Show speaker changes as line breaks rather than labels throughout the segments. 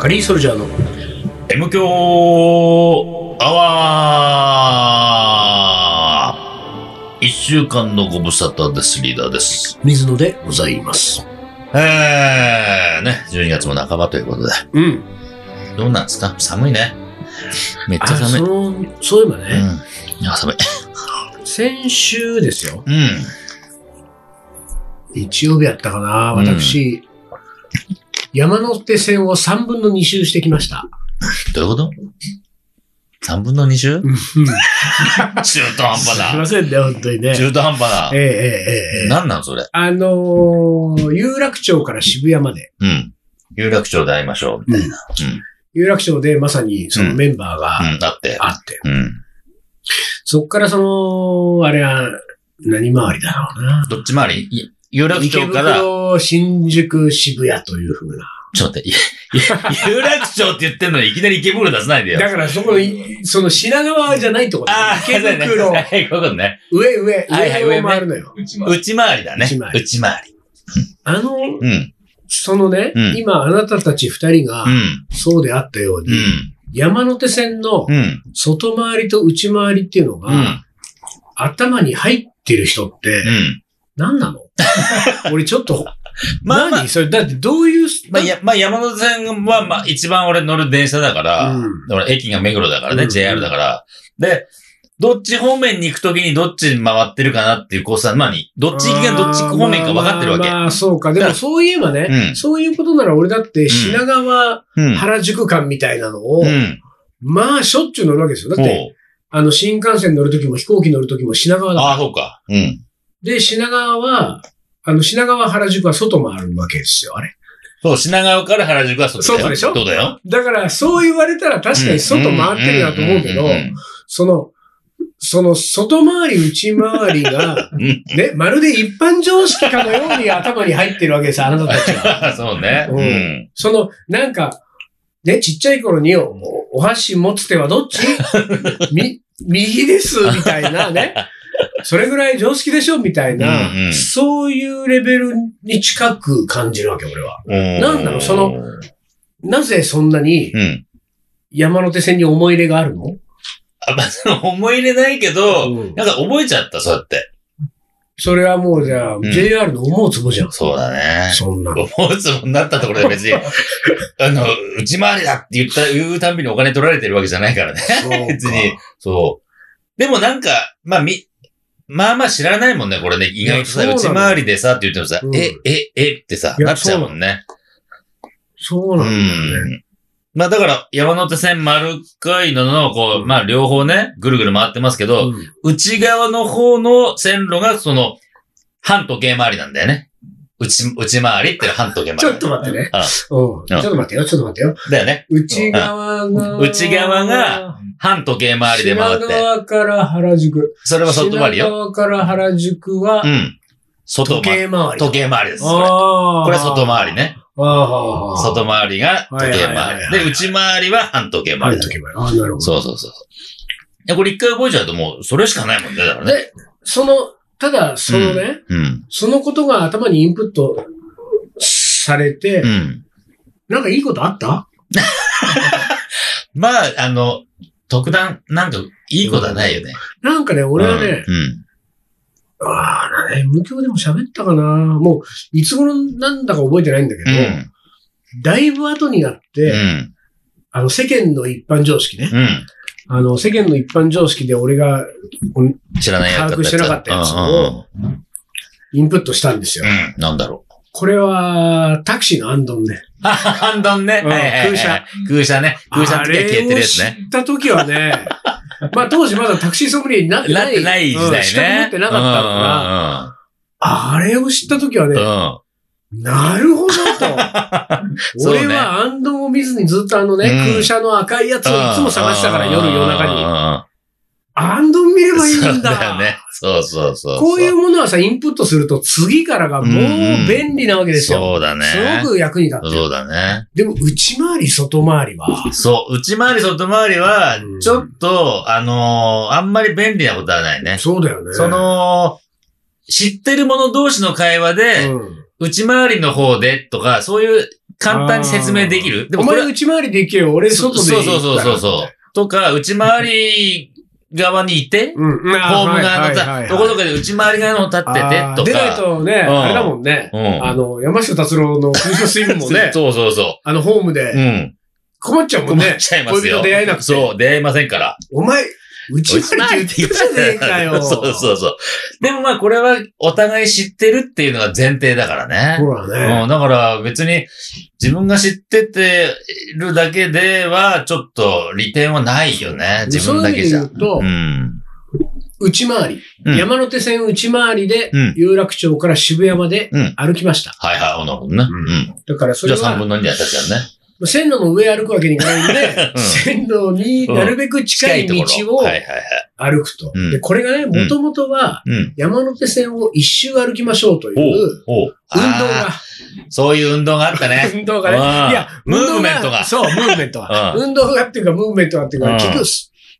ハリー・ソルジャーの
M 強アワー一週間のご無沙汰です。リーダーです。
水野で
ございます。えー、ね、12月も半ばということで。
うん
どうなんですか寒いね。めっちゃ
あ
寒い。
そうのそういえば
ん
ね、。
いや、寒い。
先週ですよ
うん。
日曜日やったかな
うん
私、山手線を3分の2周してきました。
どういうこと ?3 分 の 20?
すい
中途半端
ま
だ。
せんね、本当にね。
中途半端
えええ
だ。
えええ。
何なんそれ
あのー有楽町から渋谷まで、
うん。有楽町で会いましょう。みたいな。
有楽町でまさにそのメンバーが
うん。うん、だって。
あって、
うん。
そっからその、あれは、何回りだろうな。
どっち回りい有楽
池
町から、ちょ
袋、
っ
新宿、渋谷というふうな。
と待って、い や有楽町って言ってんのにいきなり池袋出さないでよ。
だからそこのい、その品川じゃないってこと
ああ、
池袋、
はい、こういうことね。
上上、
はいは
上
い
を
上ね
回るのよ。
内回りだね。
内
内
回
回
り
り。
あの、
うん。
そのね、
うん
今あなたたち二人が
う、ん。
そうであったように、
うん。
山手線の
うん。
外回りと内回りっていうのが、
うん。
頭に入ってる人って
う、ん。
何 なの俺ちょっと、
まあまあ
何それ、だってどういう、
まあ、やまあ、山手線は、まあ、一番俺乗る電車だから、
うん
だから駅が目黒だからね、
うん
JR だから。で、どっち方面に行くときにどっちに回ってるかなっていう、こうさ、まあに、どっち行きがどっち方面か分かってるわけ。
あーまあまあ、そうか。でもそういえばね、
うん
そういうことなら俺だって品川、
うん。
原宿間みたいなのを、
うん。
まあしょっちゅう乗るわけですよ。だって、
おう
あの新幹線乗るときも飛行機乗るときも品川だから
ああ、そうか。うん。
で、品川は、あの、品川原宿は外回るわけですよ、あれ。
そう、品川から原宿は外だよ。
そうでしょ
そうだよ。
だから、そう言われたら確かに外回ってるなと思うけど
ん、ん
その、その外回り、内回りが、
うんうん
ね、まるで一般常識かのように頭に入ってるわけです、あなたたちは。
そうね。
うん
うん。
その、なんか、ね、ちっちゃい頃に、おお箸持つ手はどっ ちみ、右です、みたいなね。それぐらい常識でしょ、みたいな、
うんうん
そういうレベルに近く感じるわけ、俺は。なんなのそのなぜそんなに
うん。
山手線に思い入れがあるの、
あ、まあ、その、思い入れないけど、
うん
なんか覚えちゃった、そうやって。
それはもうじゃあ、
ん
JR の思うつぼじゃん。
そうだね。
そんなの。
思うつぼになったところ で別に、あの、内回りだって言った、言うたんびにお金取られてるわけじゃないからね。
そう
別に。そう。でもなんか、まあみ、まあまあ知らないもんね、これね。意外とさ、
いやそうな
内
の
回りでさって言ってもさ、
うん
え、え、えってさ、
いや
なっちゃうもんね。
そう
う
なんだよね。
ん。まあだから、山手線丸かいのの、こう、まあ両方ね、ぐるぐる回ってますけど、
うん
内側の方の線路が、その、反時計回りなんだよね。内、内回りって反時計回り。
ちょっと待ってね。
あ
うんちょっと待ってよ、ちょっと待ってよ。
だよね。
内側が。
内側が、反時計回りで回っ
品
て。
川から原宿。
それは外回り
品
よ。
川から原宿は
う、ん。外
時
回り。
計回り。
時計回りです。これ
ああ。
これ外回り。ね。
ああ。
外回りが時計
はいはい
回
はい
り。
はい
で、内回りは反時計
回
回
り。
り。
時計回り。ああ、なるほど。
そうそうそう。いや、これ一回覚えちゃうともう、それしかないもんね。だからね。
で、その、ただ、そのね、
うん。
そのことが頭にインプットされて、
うん。
なんかいいことあった
まあ、あの、特段、なんか、いいことはないよね。
なんかね、俺はね、
うん。
ああ、ね、無教でも喋ったかな。もう、いつ頃なんだか覚えてないんだけ
う
ど、
ん。
だいぶ後になって、
うん。
あの、世間の一般常識ね。
うん。
あの、世間の一般常識で俺がうん
知らないやつだ
把握してなかったやつを
うんうんうん
インプットしたんですよ。
うん。なんだろ う。
これは、タクシーのアンドンね。
あハンドンね。はい
うん
はいはい
空車。
空車ね。空車の時は消えてるや
あ
つ
れを
ね。
知った時はね、 まあ当時まだタクシーソムリエになってない。
なってない時代ね。
うん資格持ってなかったから、あれを知った時は
うんうん
ね、
うん。うん。
なるほどと。
そうね
俺は安藤を見ずにずっとあのね、
うん
空車の赤いやつをいつも探してたから、夜夜中に。
中
安藤見ればい
そ
いん
うだ
だ
よ。ね。そうそうそう。
こういう
う
ものはさ、インプットすると次からがもう便利なわけですよ。
そうだね。
すごく役に立ってる。
そうだね。
でも、内回り、外回りは、
そう。内回り外回りは
うん、
ちょっと、あのーあんまり便利なことはないね。
そうだよね。
そ、の、知ってる者同士の会話で、
うん。
内回りの方でとか、そういう簡単に説明できる。で
お
これ
前内回りで行けよ、俺
そ
外で行
そうそうそうそうそう。とか、内回り側にいて、
うん。ホーム
ホーム側のさ、どこどこで内回り側の立っててと
出ない
か。
とね、
うん
あれだもんね。
うん
あの、山下達郎の空所スイングもね、
そうそうそ
あの、ホーム
う。う
で
ん。
困っちゃうもん
困っ
ね。
ちゃいます
恋
よ。
人出会えなくて
そう、出会えませんから。
お前、内回りって言ってたじゃねえかよ。
そうそうそう。でもまあこれはお互い知ってるっていうのが前提だからね。
ほらね。
うん、だから別に自分が知っててるだけではちょっと利点はないよね。自分だけじゃ。
そういう意味で言うと
ん。
内回り。
うん
山手線内回りで
うん、
有楽町から渋谷まで
うん
歩きました。
はいはい、なるほどね。
う
うんん。
だからそ
じゃ
れ
あ3
は、
分の2だったじゃんね。、
線路の上歩くわけにいかないんで
うん
線路になるべく近い道を
はいはいはい。
歩くと。
うん
でこれがね、もともとは
うん。
山手線を一周歩きましょうという
おう
運、
おう。
動
あ
が
あ、そういう運動があった ね。
運動がね。
うん
いや、
ムーブ
運動
メントが
そう、ムーブメントが。
うん
運動がっていうか、ムーブメントがっていう
う
か、
ん
結局、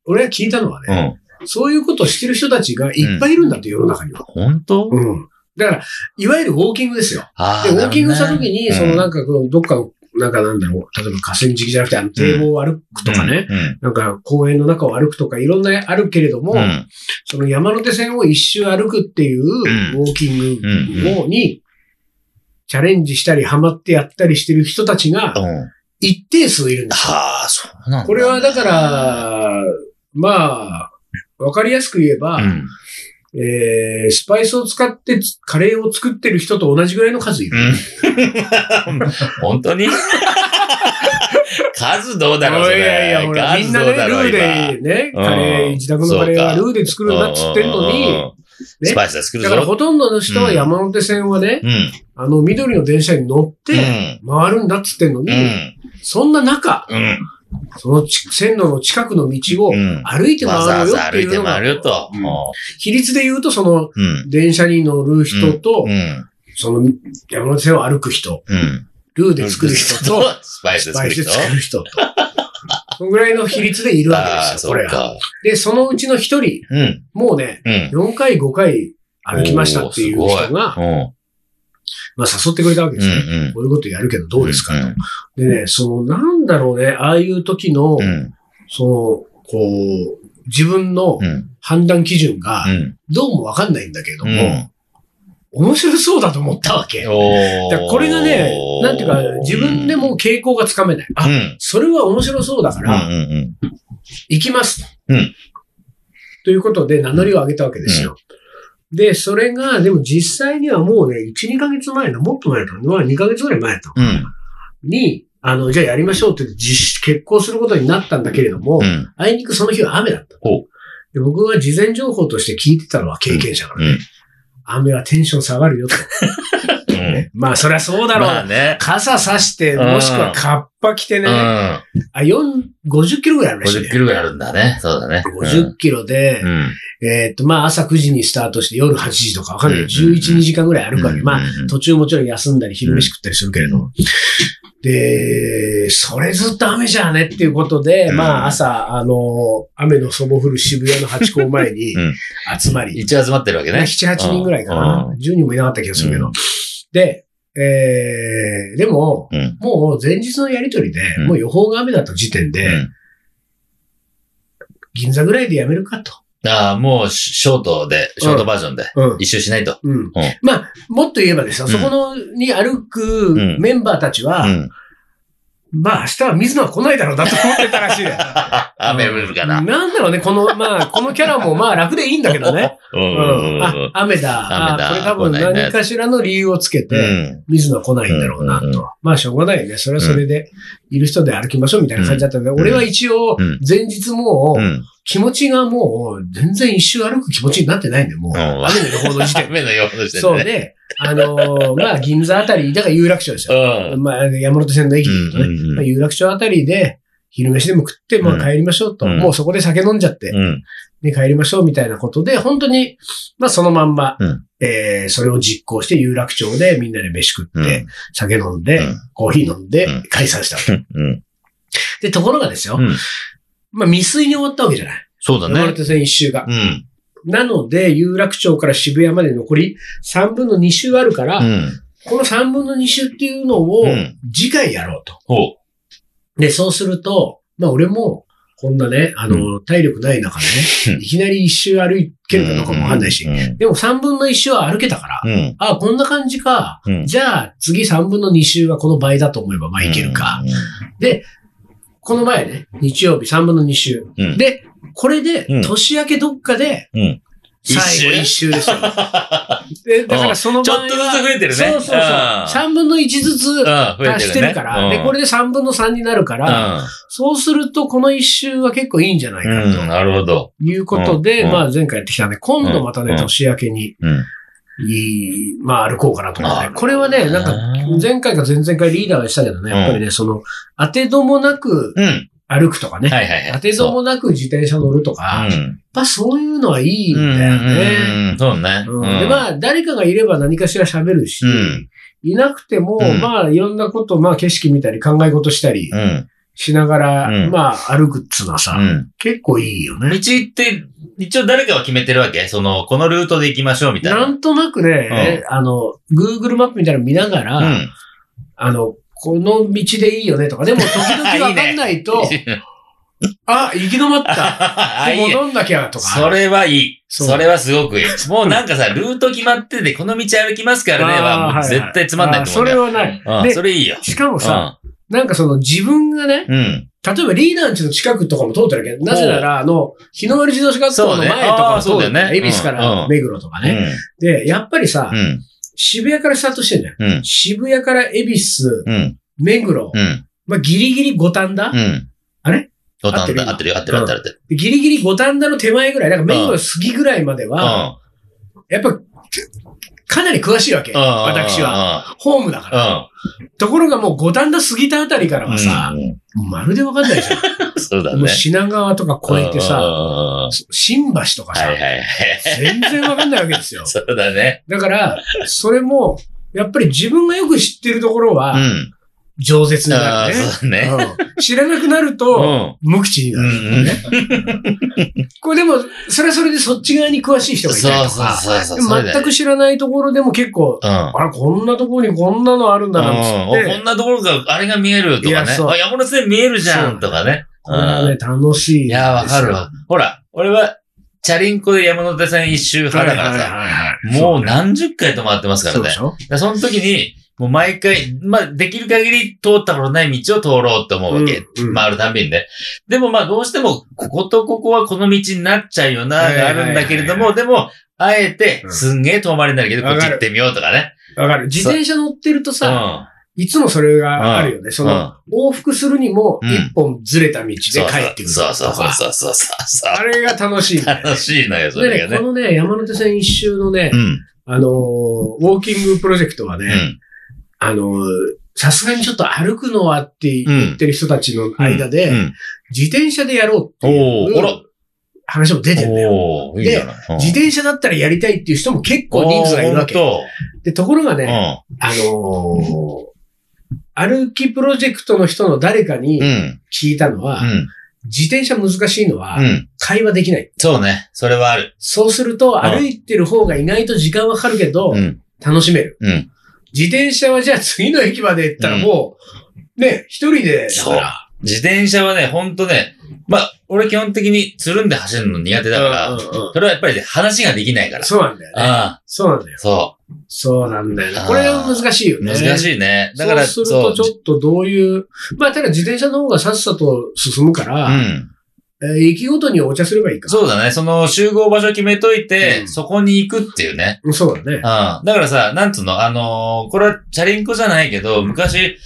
俺が聞いたのは
う
ね、
ん。
そういうことをしてる人たちがいっぱいいるんだと、世の中には。
本当
うん。だから、いわゆるウォーキングですよ。
あ
で、
あ。
ウォーキングした
なるほ
時
どね
に、そのなんか、このどっかの、なんかなんだろう、例えば河川敷じゃなくて、あの堤防を歩くとかね、。
うんうん
なんか公園の中を歩くとか、いろんなあるけれども、
うん。
その山手線を一周歩くっていうウォーキングをに、チャレンジしたり、ハマってやったりしてる人たちが、
うん。
一定数いるんだ。
はあ、そうなんだ。
これはだから、まあ、わかりやすく言えば、
うん、
えー、スパイスを使ってカレーを作ってる人と同じぐらいの数いる。
うん。本当に数どうだろうそれ
いやいや、ほら、みん
数
な
どう
ね、
だ
ル
ろう
ーでね、
今
カレー、
うん
自宅のカレーは
そ
ル
う
ーで作るんだっつってんの
うんうん
に、
うんスパイスは作る
だ
ぞ。
からほとんどの人は山手線はね
う、ん。
あの、緑の電車に乗って、回るんだっつってんの
うん。う
に、
ん。
そんな中、
うん。
そのち線路の近くの道を
うん
歩いて
わざ
回
わ
るよ
ざ
って
歩
い
いうて
のが
回、るよと。
うん
も
比率で言うとその、
ううん。
電車に乗る人と、
うん。
その山手線を歩く人、
うん。
ルーで作る人と、
スパイス
ス
で
パ
作
イ
る
ス
人
で。作る人と。そのぐらいの比率でいるわ
あ
け
あ、
ですよ、こ
そ
れ
う
が。
か。
で、そのうちの一人、
うん。
もうね、
うん。
4回、5回歩きましたっていう
おー
人が、
うん。
まあ誘ってくれたわけ
う
ですよ。
ん。
こういうことやるけどどうですか
うん
と。でね、その、なんだろうね、ああいう時の、
うん。
その、こう、自分の
うん。
判断基準が
う、ん。
どうもわかんないんだけれど
う
も、
ん。
面白そうだと思ったわけ。だからこれがね、なんていうか、自分でも傾向がつかめない。
うん、う
あ、
ん。
それは面白そうだか
うんう
ら、
んうん。
行きます。
うん
ということで、名乗りを上げたわけですよ。で、それが、でも実際にはもうね、1、2ヶ月前の、もっと前の、まあ2ヶ月ぐらい前と、
うん。
に、あの、じゃあやりましょうって言って実施、決行することになったんだけれども、
うん。
あいにくその日は雨だった
ほう。
で僕は事前情報として聞いてたのは経験者から、
うん。
雨はテンション下がるよと。
うん。
まあ、そりゃそうだろう。
まあね。
傘さして、もしくはカッパ着て
う
ね、
ん。
あ、4、50キロぐらいあるらしい
50
ね
キ。ロぐらいあるんだね。そうだね。
50キロで、
うん。
えーっと、まあ、朝9時にスタートして夜8時とかわかんないけど、
うんうんうん
11、2時間ぐらい歩くわけ。
うん
まあ
うんうん、
途中もちろん休んだり昼飯食ったりするけれど。で、それずっと雨じゃねっていうことで、
うん
まあ、朝、あの、雨のそぼ降る渋谷のハチ公前に
うん
集まり、
一応集まってるわけね。
7、8人ぐらいかな
う。
10人もいなかった気がするけ
う
ど。で、えーでも、
うん。
もう前日のやりとりで、
うん
もう予報が雨だった時点
う
で、
ん。
銀座ぐらいでやめるかと。
ああ、もうシショートで、ショートバージョンで、
うん
一周しないと。
うんまあ、もっと言えばですよ、
うん
そこのに歩く
うん
メンバーたち
う
は、
ん。
まあ明日は水野は来ないだろうなと思ってたらしいね
雨降るかな。
なんだろうね、この、まあ、このキャラもまあ楽でいいんだけどね。
う。
うんん。あ、雨だ。
雨だ
あこれ多分
来ないね
何かしらの理由をつけ
う
て、
ん。
水野は来ないんだろうな
うんうんうん
と。まあしょうがないよね。それはそれで、いる人で歩きましょうみたいな感じだったので、
ん
俺は一応
うん、
前日も
う
う、
ん。
気持ちがもう、全然一周歩く気持ちになってないんだよ、もう。
うん
雨の予報の時点で。
雨の様子して
そう
ね。
ね。あのーまあ、銀座あたり、だから有楽町です
う
よ。
ん。
まあ、山手線の駅で言うとね。
うん
まあ、。有楽町あたりで、昼飯でも食って、ま
うん
あ帰りましょうと。
うん
もうそこで酒飲んじゃって、
うん。
ね、帰りましょうみたいなことで、本当に、まあそのまんま、
うん
えーそれを実行して有楽町でみんなで飯食
う
っ
ん
て、酒飲んで、
うん
コーヒー飲んで
うん、
解散したわけ。
うん。
で、ところがですよ、
うん
まあ未遂に終わったわけじゃない。
そうだ
山
ね。
手線一周が
う。ん。
なので、有楽町から渋谷まで残り3分の2周あるから、
うん。
この3分の2週っていうのを
うん
次回やろうと。
ほう。
で、そうすると、まあ俺も、こんなね、あの、体力ない中で
うん
ね、いきなり一周歩けるかどうかもわかんないし
う、ん。
でも3分の1周は歩けたから、
うん。
あ、こんな感じか。
うん
じゃあ、次3分の2周はこの倍だと思えば、まあいけるか。。この前ね、日曜日3分の2周。
うん
で、これで
うん、
年明けどっかで、
うん
最後1
一
周 ですよ。でだからその
ち
場合
ょっ
は
とずつ増えてるね。
そうそうそう。3分の1ずつ
うん。
足してるから、で、これで3分の3になるから、
が、
そうするとこの1周は結構いいんじゃない
うん。
か
うん、なるほど。
ということで、
うん
まあ前回やってきたね、今度またね、
うん
年明けに、
うん。
いい、まあ歩こうかなと思って
あ。
これはね、なんか
うん、
前回か前々回リーダーがしたけどね、
うん
やっぱりね、その、当てどもなく
うん。
歩くとかね、
はいはいはい。
当てどもなく自転車乗るとか、や
そう
っ
うん
ぱそういうのはいいんだよね。
うんうんうんそうね。
うんで、まあ、誰かがいれば何かしら喋るし、
うん
いなくても、
うん
まあ、いろんなこと、まあ、景色見たり考え事したり
うん。
しながら、
うん
まあ、歩くっつうのはさ、
うん。
結構いいよ
道
ね。
って、一応誰かは決めてるわけその、このルートで行きましょうみたいな。
なんとなくね、あの、Google マップみたいなの見ながら、
うん。
あの、この道でいいよねとか、でも時 々わかんないと、あ、行き止まった。
あ、いいね
戻んなきゃとか。
それはいい。
そう
それはす ごくいい。もうなんかさ、ルート決まってて、この道歩きますからねは、もう絶対つまんないと思うん
あー
だよ。
はいはいあーそれはない。
うん、
で
そ、れいいよ。
しかもさ、なんかその自分がね、
うん。うん。
例えばリーダーんちの近くとかも通ってるわけど、なぜなら、あの、日の丸自動車学校の
そうね
前とかも通
あー
って
そう
る
だよね
恵比寿か
う
ら
ん
目黒とかね。で、やっぱりさ
う、ん。
渋谷からスタートしてんじゃん。
うん。うん。
渋谷から恵比寿、
うん。
目黒
う、ん。
まあ、ギリギリ五反田
うん。
あれ
五反田
合
合
っ
っててるよ、合ってる、合ってる、合ってる。
でギリギリ五反田の手前ぐらい、なんか目黒過ぎぐらいまで
うん。
は、やっぱ、かなり詳しいわけ。
うんうん
私は。
は。
ホームだから。
う
ところがもう五反田過ぎたあたりから
ん。
はさ、
うん
まるでわかんないじゃん。
そうだ
もう
ね。
品川とか越えて
うん
さ、
うんうん
新橋とか
はい
さ、
はいはい。。
全然わかんないわけですよ
そうだね。
だから、それも、やっぱり自分がよく知ってるところ
う
は、
ん。
饒舌に
あ
な
あ、
るね。
そうだね。
うん知らなくなる
う
と、
ん。
無口に
う
なる。
ん。
これでも、それはそれでそっち側に詳しい人
そう
がい
そ
たりと
う
か、
そうそう。そうだよ
全く知らないところでも結構、
うん。
あら、こんなところにこんなのあるんだな、っ
うん、
て
おこんなところが、あれが見えると
い
か
や
ね。
そう
あ、山手線見えるじゃん
そ
とかね。
これはね、楽しい。
いや、わかるわ。。ほら、俺は、チャリンコで山手線一周
はいは
派
い
だ
は
か
い
らさ、
はい。
もう何十回と回ってますから
そうで
ね。
しょ
だからその時に、もう毎回、まあ、できる限り通ったことない道を通ろうと思うわ
う
け。
んうん
回るたんびにね。でもまあ、どうしても、こことここはこの道になっちゃうよな、があるんだけれども、でも、あえて、すんげえ遠回りになるけど、こ
わ
っ
か
ち
る
行ってみようとかね。
わかる。自転車乗ってると
う
さ、
ん。
いつもそれがあるよね。その、往復するにも、
うん
一本ずれた道で帰ってくると
そう
か。
そうそうそうそうそうそう。
あれが楽しいんだよね。
楽しいのよ、それ
で
が
ね、こ
ね。
のね、山手線一周のね
う、ん。
あのー、ウォーキングプロジェクトは
う
ね、
ん。
あのー、さすがにちょっと歩くのはって言ってる人たちの間
う
で、
ん。
自転車でやろうって
おー、あ
いう
ら。
話も出てんだよ。
おー、いいじゃない。うん
自転車だったらやりたいっていう人も結構人数がいるわけ。
おー
で、ところがね、
ほ
あのー歩きプロジェクトの人の誰か
んとう
に
ん。
聞いたのは、
うん。うん。
自転車難しいのは
う、ん。
会話できない。
そうね。それはある。
そうすると、
ん
歩いてる方が意外と時間はかかるけど
う、ん。
楽しめる。
うん。
自転車はじゃあ次の駅まで行ったらもう、ね、一人で、だから
自転車はね、ほんとね、まあ、俺基本的につるんで走るの苦手だから、
うんうんうん
それはやっぱりね話ができないから。
そうなんだよね。
ああ、
そうなんだよ。
そ
そうなんだよね
あ。ー
これは難しいよ
う。
ね。
難
い。
しいね。だ
だか
か
ら、
ら、
そうするとち
そう
ょっとどういう、まあ、ただ自転車の方がさっさと進むか
う
ら、
ん。
えー駅ごとにお茶すればいいか。
そうだね。その集合場所決めといて、
うん
そこに行くっていうね。
うんそうだね。
うん。だからさ、なんつうの、あのーこれはチャリンコじゃないけど、昔、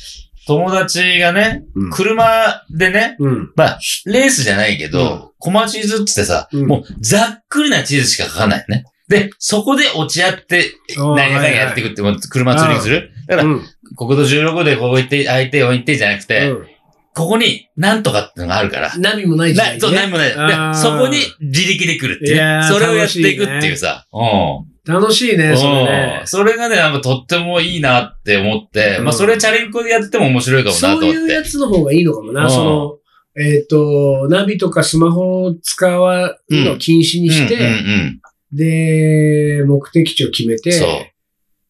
友達がね、
うん
車でね、
うん。
まあ、レースじゃないけど、
うん
コマチーズっつってさ、
うん
もうざっくりなチーズしか書かないね。で、そこで落ち合って、
何
何やかんややってい
く
くって、もう車ツーリングするだから、
うん。
国土16でここ行って、相手を行ってじゃなくて、
うん
ここになんとかってのがあるから、
ナビもない時代
な、
に
そう、な
ね
んもない。
あー
でそこに自力で来るってい
いや
う。
ー
それをやっていくっていうさ。うん。
楽しいね、それね
うん。それがね、なんかとってもいいなって思って、
うん
まあそれチャリンコでやっても面白いかもなと思っ
そう
て。
いうやつの方がいいのかも
う
な。
ん
その、えっと、ナビとかスマホを使わの禁止にし
うんうん
て、で、目的地を決め
うん、そ
て、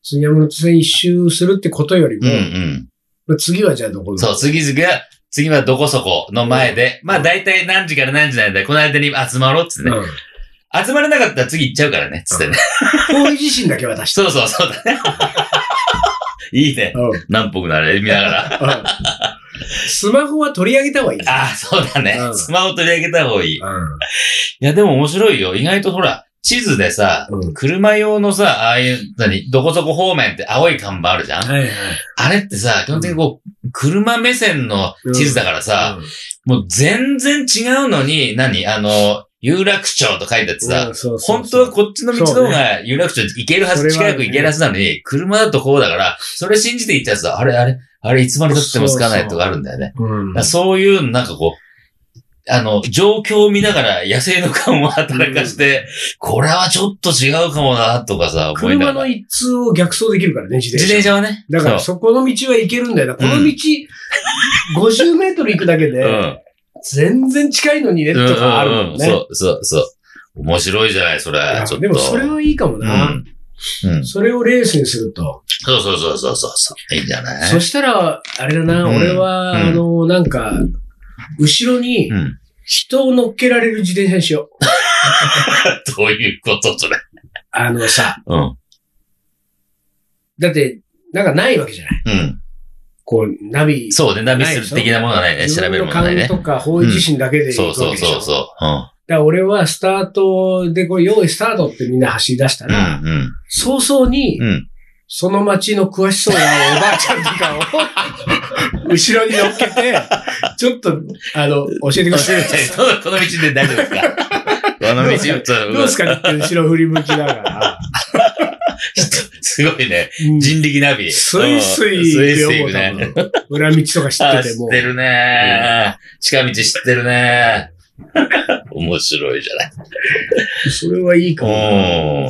杉山手線一周するってことより
う
も、
んうん。
まあ次はじゃあどこだ
そう、次々が、次はどこそこの前で、まあ大体何時から何時なんだ、この間に集まろうっつってね。
うん
集まれなかったら次行っちゃうからね、つってね。
方位自身だけ渡して。
そうそうそうだね。 いいね。
うんうん
南北のあれ見ながら。
スマホは取り上げた方がいい。
ああ、そうだね
う。ん
スマホ取り上げた方がいい。い
うん
や、でも面白いよ。意外とほら、地図でさ、
うん
車用のさ、ああいう、何、どこそこ方面って青い看板あるじゃん、
はいはい。
あれってさ、基本的にこう、車目線の地図だからさ、もう全然違うのに、何あの、有楽町と書いてあってさ、本当はこっちの道の方が有楽町行けるはず、
それは
近く行けるはずなのに、車だとこうだから、それ信じて行ったやつだ。あれ、あれ、あれ、いつまで経ってもつかないとかあるんだよね。
う、うん
だからそういう、なんかこう、あの、状況を見ながら野生の感を働かして、これはちょっと違うかもな、とかさ、思い
車
なが
の
ら。
一通を逆走できるからね、自
自
転車。
転車はね。
だから
そ
そこの道は行けるんだよな。この道、50メートル行くだけ
う。う
で、
ん。
全然近いのにね、とかあるもん
うんうんう
ね。
んそう、そう、そう。面白いじゃない、それ。
いや
ちょっと。
でもそれはいいかも
う
な。
ん。うん。
それをレースにすると。
そうそうそうそうそう。いいんじゃない
そしたら、あれだな、
うん
俺は、
うん
あの、なんか、後ろに
うん。
人を乗っけられる自転車にしよう。
どういうこと、それ。
あのさ、
うん。
だって、なんかないわけじゃない。
うん。
こう、ナビ、
そうね、ナビス的なものがないね。
自
調べ
分
る
の
ものがない
勘
ね。
とか方位自身だけで行く
そ
わ
うそ
け
う
でしょ。
そう
だか
そ
ら俺はスタートで、こう、用意スタートってみんな走り出した
う。う
ら、
ん。うん。
早々に
う、ん。
その町の詳しそうなおばあちゃんとかを、後ろに乗っけ て、ちょっと、あの、教えてください。
この道で大丈夫ですかこの道、ちょっと、
どうですかって後ろ振り向きながら。
すごいね。
うん
人力ナビ。
スイス
うん
イ
スイ
行
ス
く
イ
よ、
行くね。
もう多分裏道とか知
あ
っ
ー
てて
知
も
っ。てるね。近道知ってるね。面白いじゃない。
それはいいかもな。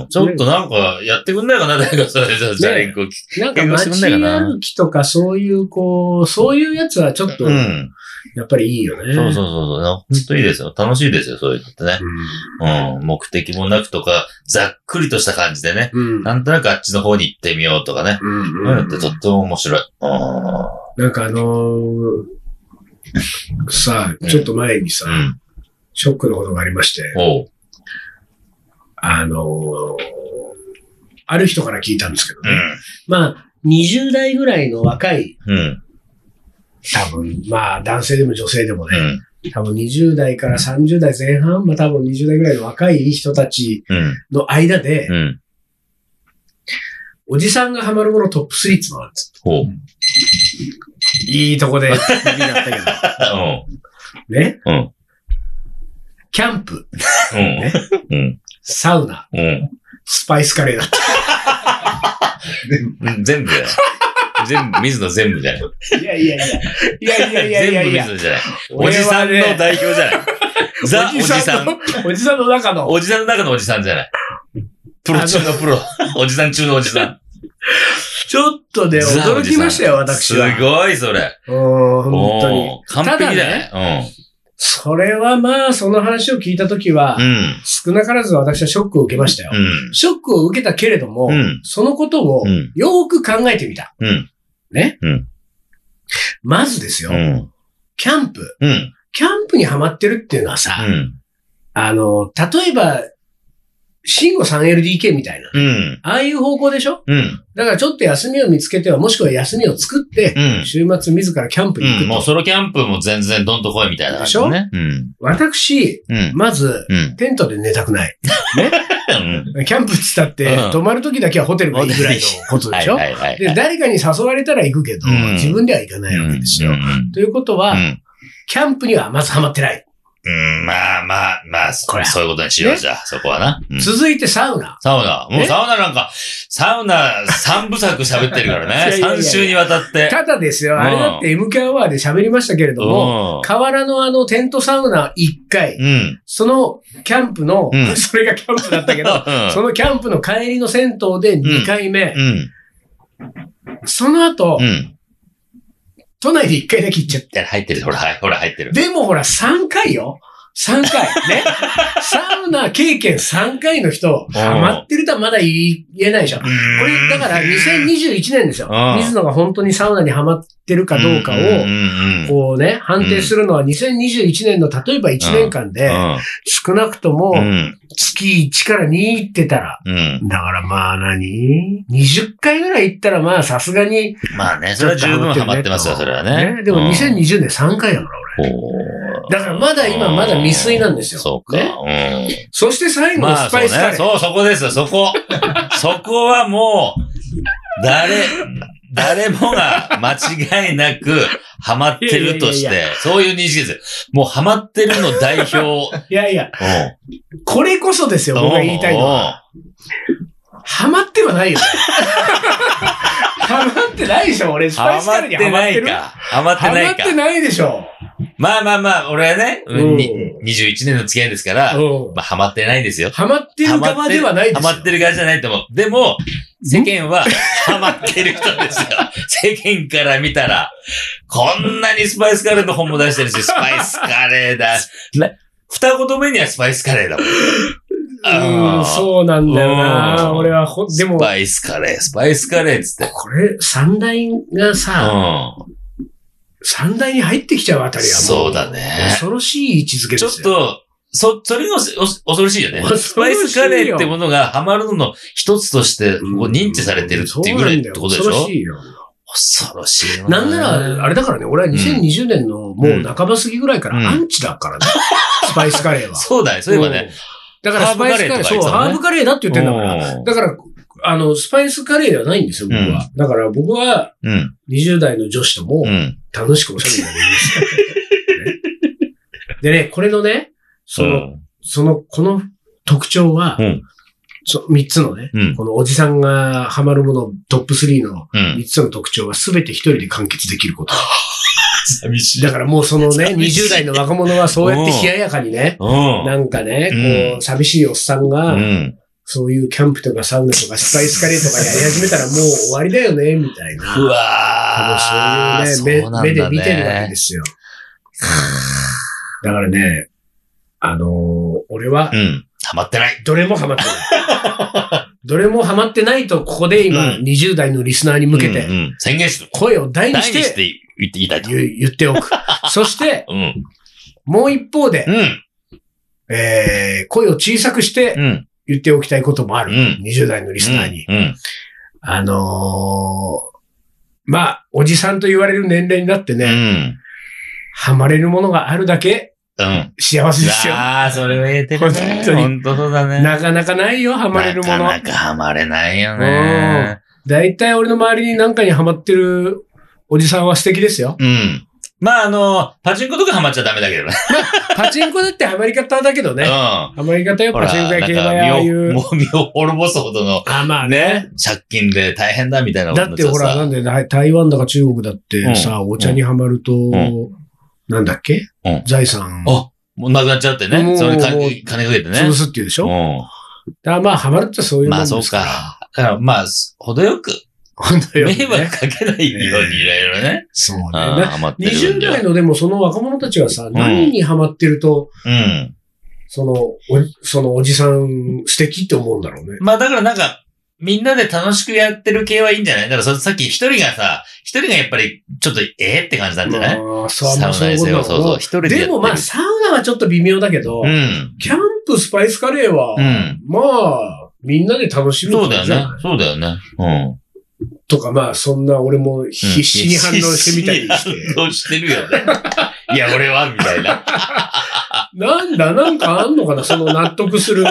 うん。ちょっとなんか、やってくんないかな、誰かそれ。じゃあ、じゃあ、一個聞く
なんか街歩きとかそういう、こう、そういうやつはちょっと、
う
や
ん。
っぱりいいよね。
そうそうそうそう。本当いいですよ。楽しいですよ、そういうのってね。うん、目的もなくとか、ざっくりとした感じでね、
うん。うん。
なんとなくあっちの方に行ってみようとかね。
うん
そういうのってとっても面白い。う
なんかあのーさあ、ちょっと前にさ
ん。う、ん。
ショックのことがありまして、
おう。
あのーある人から聞いたんですけど
う
ね。まあ、20代ぐらいの若い、
ん。うん。
多分、まあ、男性でも女性でもね、
うん。
多分20代から30代前半、まあ多分20代ぐらいの若い人たち
うん。
の間で、
うん。
おじさんがハマるものトップ3つもあるんです。
おう。
いいとこで、指だったけど。
おう。
ね。
うん
キャンプ、
うん。うん。
サウナ、
うん。
スパイスカレーだった。
うん全部じゃない。全部、水野全部じゃない。
いやいやいや。いやいやいやいやいや。
全部水野じゃない。おじさんの代表じゃない。ザ・おじさん。
の。おじさんの中の。
おじさんの中のおじさんじゃない。プロ中のプロ。おじさん中のおじさん。
ちょっとね、
ザお
驚
じ
き
さん
ましたよ、私
す
は。
ごい、それ。
うん、本当に。
おー完璧だね。
それはまあ、その話を聞いたときは、
うん。
少なからず私はショックを受けましたよ。
うん。
ショックを受けたけれども、
うん
そのことを
うん
よーく考えてみた。
うん。
まずですよ、
うん。
キャンプ。
うん。
キャンプにハマってるっていうのはさ、
うん。
あの、例えば、シンゴ 3LDK みたいな。
うん。
ああいう方向でしょ
うん。
だからちょっと休みを見つけては、もしくは休みを作って、
うん。
週末自らキャンプに行
う
く
ん。
と。
もうソロキャンプも全然どんと来いみたいな感じね。うん。
私、
うん。
まず、
うん。
テントで寝たくない。
うん。
キャンプって言ったって、
うん
泊まる時だけはホテルがいいぐらいのことで
はい
しょ
はいはい。
で、誰かに誘われたら行くけど、
うん
自分では行かないわけですよ。ということは、キャンプにはまずハマってない。
うん。まあまあまあ、そういうことにしようじゃ、そこはな。
続いてサウナ。
サウナ。もうサウナなんか、サウナ3部作喋って るからね。3週にわたって。
ただです
う
よ、
ん
あれだって MK アワーで喋りましたけれども、河原のあのテントサウナ1回、
うん。
そのキャンプの、
うん
それがキャンプだったけど、そのキャンプの帰りの銭湯で2回目
う、ん。
その後
う、ん。
都内で1回だけ行っちゃっ
入ってる。ほら、ほら、入ってる
た。。でもほら3回よ。 3回。 ね。サウナ経験3回の人、ハマってるとはまだ言い言えないでしょ。これ、だから2021年ですよ。
うん
水野が本当にサウナにハマってるかどうかを、
を、
こうね、判定するのは2021年の例えば1年間で、少なくとも
うん
月1から2行ってたら、
うん。
だからまあ何 ?20 回ぐらい行ったらまあさすがに、
まあね、それは十分ハマってますよ、それはね。
でも
うん
2020年3回だから俺。だからまだ今まだ未遂なんですよ。
そうか。
ね
うん
そして最後の
まあ、
ス
そう
パ
ね
イスカレ。ー。
そう、そこですよ、そ こ。そこはもう、誰、誰もが間違いなくハマってるとし
いやい
て、そういう認識です。もうハマってるの代表。うん
いやいや、これこそですよ、 僕が言いたいのは。ハマってはないよ。 ハマってないでしょ、俺。スパ
ハ
イス
マ
カ
っ
レーに
て
ハマっ
な
て
い
る。
か。ハマって
ハ
な
マ
い
っ
か
て。ないでしょ。
まあまあまあ、俺はね、
うん
に21年の付き合いですから、
うん
まあハマってないですよ。
ハマってる側ではないで
ハ
すよ
マっ。てる側じゃないと思う。でも、世間はハマってる 人ですよ。世間から見たら、こんなにスパイスカレーの本も出してるし、スパイスカレーだ。な二言目にはスパイスカレーだもん。
うん、
あー
そうなんだよな。
うん
俺はほ、でも
ス、パイスカレー、スパイスカレーっつって。
これ、三大が
う
さ、
ん。
三大に入ってきちゃうあたりはも
そうだね
恐ろしい位置づけで
ちょっ
すよ。
と、そ、それがおお恐ろしいよね。
恐ろしいよ
スパイスカレーってものがハマるのの一つとしてこう認知されてるっていうぐらいってことでし
そうなんだよ恐ろ
ょ
しいよ。
恐ろしいよ。
なんなら、あれだからね、俺は2020年のもう半ば過ぎぐらいか
うん
らアンチだからね。スパイスカレーは。
そうだよ、そういえば
う
ね。
ん。だからスパイスカレー、
ハーブカレーとか言ってたもんね
そう、ハーブカレーだって言ってんだから。だから、あの、スパイスカレーではないんですよ、僕は。だから僕は
うん。
20代の女子とも
うん。
楽しくおしゃべりができます。ね でね、これのね、その、その、この特徴は
うん、
そ3つのね、
うん。
このおじさんがハマるものトップ3の
うん。
3つの特徴は全て一人で完結できること。
寂し
だからもうそのね、20代の若者はそうやって冷ややかにね、
うん。
なんか
うん
ね、こう、寂しいおっさん
う
が、
ん。
そういうキャンプとかサウナとかスパイスカレーとかやり始めたらもう終わりだよね、みたいな。
うわ
多
ー
分そういうね目、目で見てるわけですよ。だからね、あのー俺は
う、ん。ハマってない。
どれもハマってない。 どれもハマってないと、ここで今、
うん
20代のリスナーに向け
う
て、
ん。宣言して、
声を大に
大
し
にしてて言っていたいと。
言う言って おく。そして、
うん。
もう一方で
う、ん。
えー、声を小さくして
うん。
言っておきたいこともある。
うん
20代のリスナーに。
うん。
あのーまあ、おじさんと言われる年齢になって
う
ね、
ん。
ハマれるものがあるだけ
うん。
幸せですよ。
ああ、それは言えてるね。
本当に
本当そうだね。
なかなかないよ、ハマれるもの。
なかなかハマれないよね。
だいたい俺の周りに何かにハマってるおじさんは素敵ですよ。
うん。まあ、あの、パチンコとかハマっちゃダメだけどね。
パチンコだってハマり方だけど
う
ね。
ん。
ハマり方よ、
ほ
パ
ら、
チンコ
なん
や
か
競馬や、ああい
身を、
う。
もう身を滅ぼすほどの
あ、まあね。
借金で大変だみたいなこと
だ
に
っ
な
てほら、なんでな台湾だか中国だってさ、お茶にハマると
ん、
なんだっけ
うん
財産
あもうなくなっちゃって
も
ね。
う
それか
もう
金かけてね。
潰すっていうでし
う
ょだからまあ、ハマるってそうい
ん。
うもん
ま
で
あ
す
そうか。だからまあ、す程よく、
本当よね。
迷惑かけないようにいろいろね。
そうね。
あ
な
あ、余ってる分
20
では
代のでもその若者たちはさ、何にハマってると、
うん。
その、おそのおじさん素敵って思うんだろうね。
まあだからなんか、みんなで楽しくやってる系はいいんじゃないだからそさっき一人がさ、一人がやっぱりちょっとええって感じなんじゃない
まあ、そう、ま
サ
あ
ウ
そ
ナ
うい
で
うこ
す
とだろ
よ。そうう
な
そう。一人でやって
で
る。
もまあ、サウナはちょっと微妙だけど、
うん。
キャンプ、スパイスカレーは、
うん。
まあ、みんなで楽しむ
そう
と
だ
か
よ
じゃ
ね
ない。
そうだよね。うん。
とか、まあ、そんな俺も必死に反応してみたりして。
必死に反応してるよね。いや、俺は、みたいな。
なんだ、なんかあんのかなその納得する、こ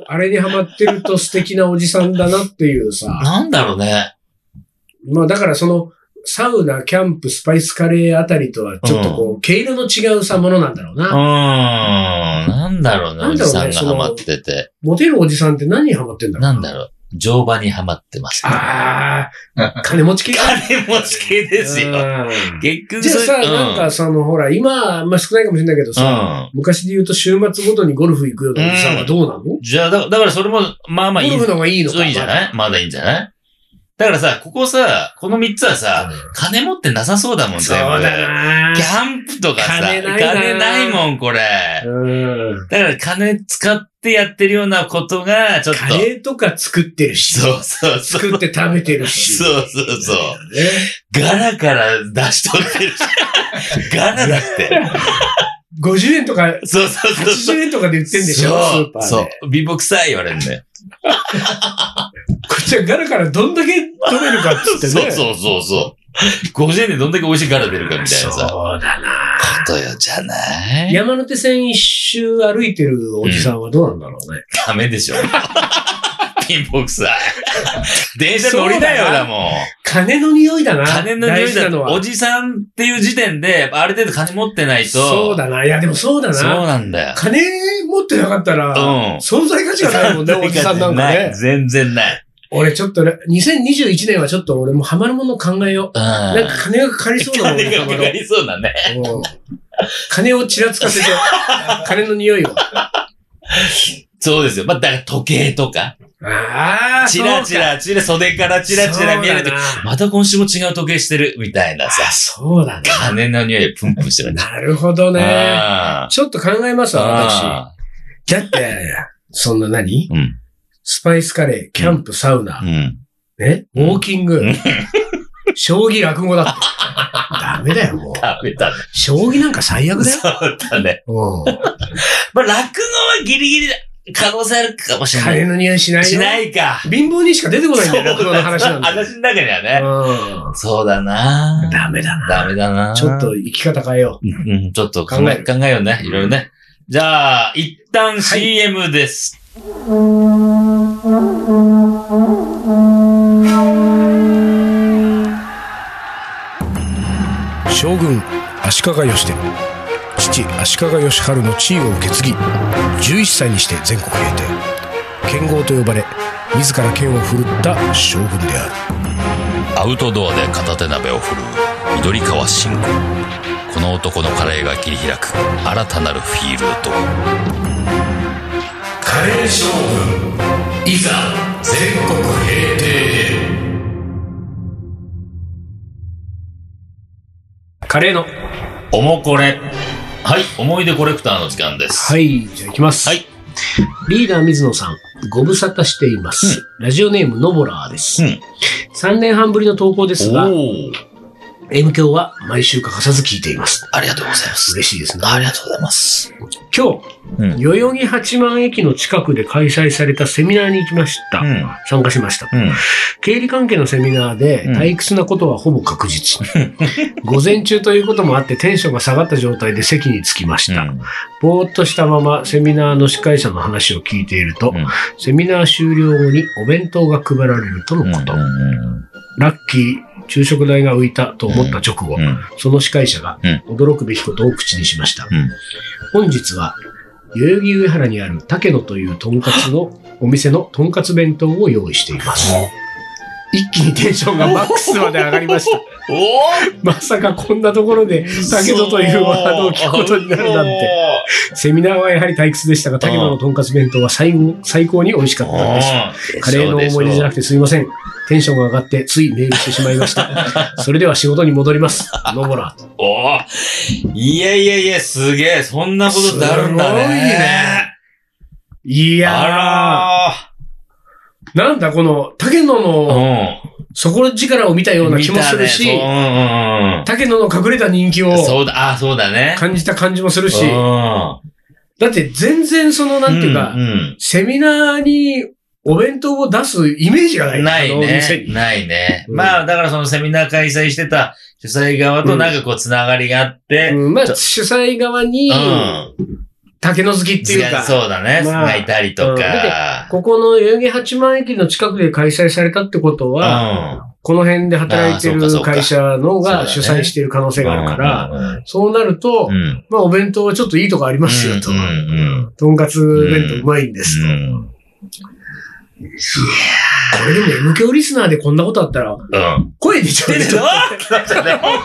う、あれにハマってると素敵なおじさんだ なっていうさ。
なんだろうね。
まあ、だからその、サウナ、キャンプ、スパイスカレーあたりとは、ちょっとこう、毛色の違うさ、ものなんだろう
うーん。
な。
なんだろうね。
な
お
んだ
じ
ろうね
さんがハマってて。
モテるおじさんって何にハマってんだろう
なんだろう。乗馬にハマってます。
ああ、金持ち系
金持ち系ですよ。
うん
結局
じゃあさ、
そういう
なんかその、ほら、今、あんま少ないかもしれないけど
う
さ、
ん。うん
昔で言うと週末ごとにゴルフ行くようなおじさんはどうなの、
じゃあ、だだからそれも、まあまあい
ゴ
い。
ルフの方がいいのか。
そういいんじゃないまだいいんじゃないだからさ、ここさ、この3つはさ、金持ってなさそうだもん、
そう
全部。
だな
キャンプとかさ、
金
金
な
ないい
な
もん、これ。
うん。
だから金使ってやってるようなことが、ちょっと。
カレーとか作ってるし。
そうそうそう。
作って食べてるし。
そうそうそう。
ね
ガラから出しとって るし。ガラだって。
50円とか、
そうそうそうそう。
80円とかで売ってんでしょス
そ
ー
う
パーで。
そう。貧乏くさい言われるんだよ。
こっちはガラからどんだけ取れるかっつって
そ
ね。
うそうそうそう。50円でどんだけ美味しいガラ出るかみたいなさ。
そうだな
ことよ、じゃない
山手線一周歩いてるおじさんはどうなんだろうね。
ダメ でしょ。貧乏くさい。電車乗りだよ、
そうだな
だもん。
金の匂いだな。
金の匂
大
い
事
だ
なの
と、お
は。
じさんっていう時点で、ある程度金持ってないと。
そうだな。いや、でもそうだ
そう
な。
なんだよ。
金持ってなかったら、
うん
存在価値がないもんね、おじさんなんか
ない
ね。
全然ない。
俺ちょっとね、2021年はちょっと俺もハマるもの考えよ
うん。
う。なんか金がかかりそうなもの
金
に
が
ハマ
か
ろ
か
う。
りそうだね。
うん金をちらつか せて、金の匂いを。
そうですよ。まあ、だから時計とか、
ああ、
チラチラチラ、袖からチラチラ見えると
そうだな
また今週も違う時計してる、みたいなさ。
あそうだね。
金の匂いプンプンしてるね。
なるほどね。
あー
ちょっと考えますわ、私。
あ
だって、そんな何
ー。うん。
スパイスカレー、キャンプ、サウナ
う、ん。
ね、ウ
うん
ォーキング、将棋、落語だ って。ダメだよ、もう。
食べたね。
将棋なんか最悪だよ。
そうだね。
うん
まあ、落語はギリギリだ。可能性あるかもしれな
金
い。
の匂いしないよ。
しないか。
貧乏にしか出てこないんだよ、落語の話なん だよ。
話の中にはね。
うん
そうだな
ダメだな。
ダメだな
ちょっと、生き方変えよ
うん、うんちょっと考
考え
え、
る
考えようね。いろいろね。じゃあ、一旦 CM です。
う。将軍、足利義輝。父、足利義晴の地位を受け継ぎ、11歳にして全国平定。剣豪と呼ばれ、自ら剣を振るった将軍である。
アウトドアで片手鍋を振るう緑川信吾この男のカレーが切り開く新たなるフィールド
カレー将軍いざ全国平定カレーのは
おもこれ。はい、思い出コレクターの時間です。
いじゃあいきます、
はい
リーダー水野さんご無沙汰しています、ラジオネームのぼらーです、
うん
3年半ぶりの投稿です
お
が
ー
M 教は毎週欠かさず聞いています
ありがとうございます。
嬉しいですね
ありがとうございます。
今日、
うん
代々木八幡駅の近くで開催されたセミナーに行きました、
うん
参加しました
うん。
経理関係のセミナーで
うん
退屈なことはほぼ確実。午前中ということもあってテンションが下がった状態で席に着きました。ぼーっとしたままセミナーの司会者の話を聞いていると、
うん
セミナー終了後にお弁当が配られるとのこと。ラッキー、昼食代が浮いたと思った直後、その司会者が
うん
驚くべきことを口にしました。
うん
本日は代々木上原にある竹野というとんかつのお店のとんかつ弁当を用意しています。一気にテンションがマックスまで上がりました。
お
まさかこんなところで竹野というワードを聞くことになるなんて。セミナーはやはり退屈でしたが、竹野のとんかつ弁当は最後最高に美味しかったです。カレーの思い出じゃなく
て。
てすいません。テンションが上がってついメールしてしまいま した。それでは仕事に戻ります。のぼら。
おーいやいやいや、すげえ。そんなことってあるんだね。
すごいね。いや
あ
ー、なんだこの竹野
ら
の
ー。うん。
底力を見たような気もするし、
見たね
竹野の隠れた人気を
そううんうんうんそうだ、あ、そうだね。
感じた感じもするし、
うん
だって全然そのなんていうか、
ん
セミナーにお弁当を出すイメージがない。
ない
あのお店
ね。
に
ないね。
うん
まあ、だからそのセミナー開催してた主催側となんかこう、つながりがあって、
うん、まあ、主催側に、
うん。
竹の好きっていうか、
そうだね。
まあ
がいたりとか。
ここの代々木八幡駅の近くで開催されたってこと
う
は、
ん。
この辺で働いて
あーそ
る
うかそうか
会社の方
そう
が
だ
主
ね
催している可能性があるから、
ら、
そうなると、
うん。
まあ、お弁当はちょっといいとこありますよと。
うんうん
とんかつ弁当うまいんですと。
うん。
これでも M 教リスナーでこんなことあったら、
うん。
声出ちゃう
出
ね
てるのってなっちゃうね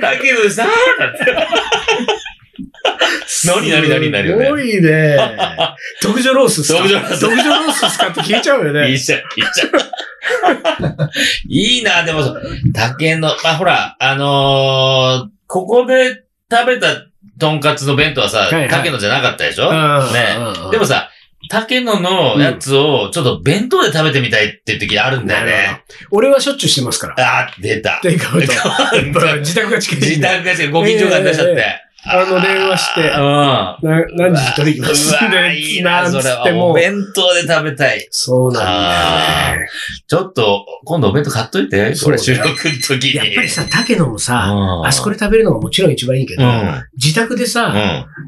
だけどさ、何何何何
すごいね。 特上ロースっすか
特上ロース
特上ロースっすかって聞いちゃうよ
いい
ね。
じゃん、いいじゃん。いいな、でも、竹の、まあ、ほら、あのーここで食べたとんかつの弁当はさ、
いはい
竹野じゃなかったでしょ、
うんうん
ね。でもさ、竹野のやつをちょっと弁当で食べてみたいっていう時あるんだ
な
よ
る
ね。
ほど俺はしょっちゅうしてますから。
あー、出た。
テイクアウト。やっぱ 自宅が近いんで。
自宅がしご近所が出しちゃっ
えええ
て。
あの電話して
うん。
な何時に取り行きます
うわい
で、
い
な
な、
んつ
それ
って
は。お
もう。
弁当で食べたい。
そうなんだよね。
ちょっと、今度お弁当買っといて。
そ
こ
うだ
れ
ね
収録の時に。
やっぱりさ、竹野もさ、
うん、
あそこで食べるのがもちろん一番いいけ
う
ど、
ん。うん。
自宅でさ、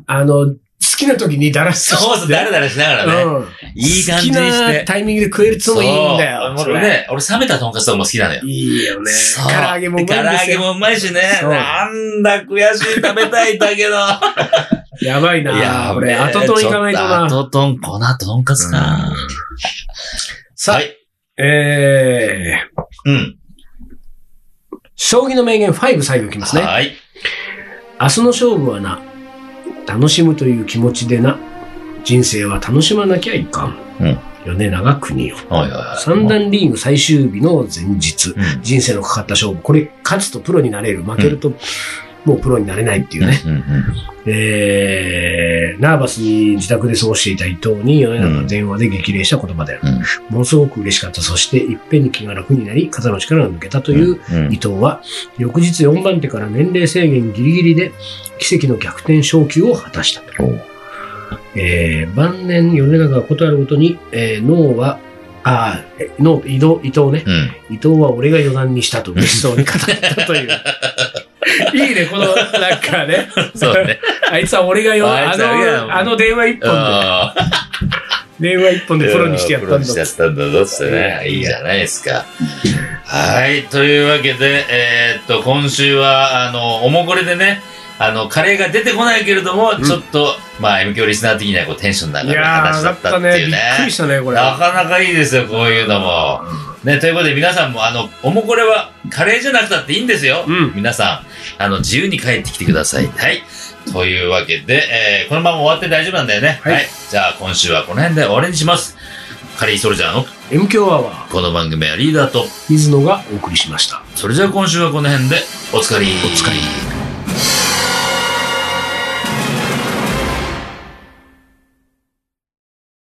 あの、好きな時にだらす
そうそう、だらだらしながらね。
うん
いい感じにし
好き
て
な。タイミングで食えるつもいいんだよ。
そう俺ね、俺冷めたとんかつとかも好きなのよ。
いいよね。
そ
唐
う
揚げもうまいんです
唐揚げ
よ。
もうまいしね。
そう
なんだ、悔しい、食べたいんだ けど。
やばいなこれ、後と行かないとな。
後とん、この後とんかつか。
さあ
はい。
えー、
うん。
将棋の名言5最後いきますね。
はい。
明日の勝負はな、楽しむという気持ちでな、人生は楽しまなきゃいかん。
うん
米長国よ。
おいおいおい。
三段リーグ最終日の前日。
うん。
人生のかかった勝負。これ、勝つとプロになれる。負けると、もうプロになれないっていうね。
うんうん
えー、ナーバスに自宅で過ごしていた伊藤に夜な夜な電話で激励した言葉である。
うん
ものすごく嬉しかった。そして、いっぺんに気が楽になり、肩の力が抜けたと
う
い
ん
う伊藤は、翌日4番手から年齢制限ギリギリで、奇跡の逆転昇級を果たした。
うん。
えー、晩年、米長がことあるごとに、えー、脳は、あーえ脳、伊藤、伊藤ね。
う
伊
ん。
藤は俺が余談にしたと嬉しそうに語ったと いう。いいね、この、なんかね。
そうね。
あいつは俺がよ、
あ
あ
いつは俺が
の、あの電話一 本
う
で、電話一本
ん
でプロにしてやった
プロ
ん
にしてや
だ。
ったんだぞってね。いいじゃないですか。はい。というわけで、えーっと、今週は、あの、おもこれでね、あの、カレーが出てこないけれども、
ん
ちょっと、まあ、M 響リスナー的にはこうテンションの
い
上がる
やー、
話
上
だ
が
っ
った
たって
ね。
い
び
う
っ
ね。
くりしたね、これ。
なかなかいいですよ、こういうのも。ね、ということで皆さんも、あの、おもこれはカレーじゃなくたっていいんですよ。
うん
皆さん、あの、自由に帰ってきてください。はい。というわけで、えーこのまま終わって大丈夫なんだよね。
はい
じゃあ、今週はこの辺で終わりにします。カレーソルジャーの
M 強アワー、
この番組はリーダーと、
水野がお送りしました。
それじゃあ今週はこの辺で、おつかり。
おつかり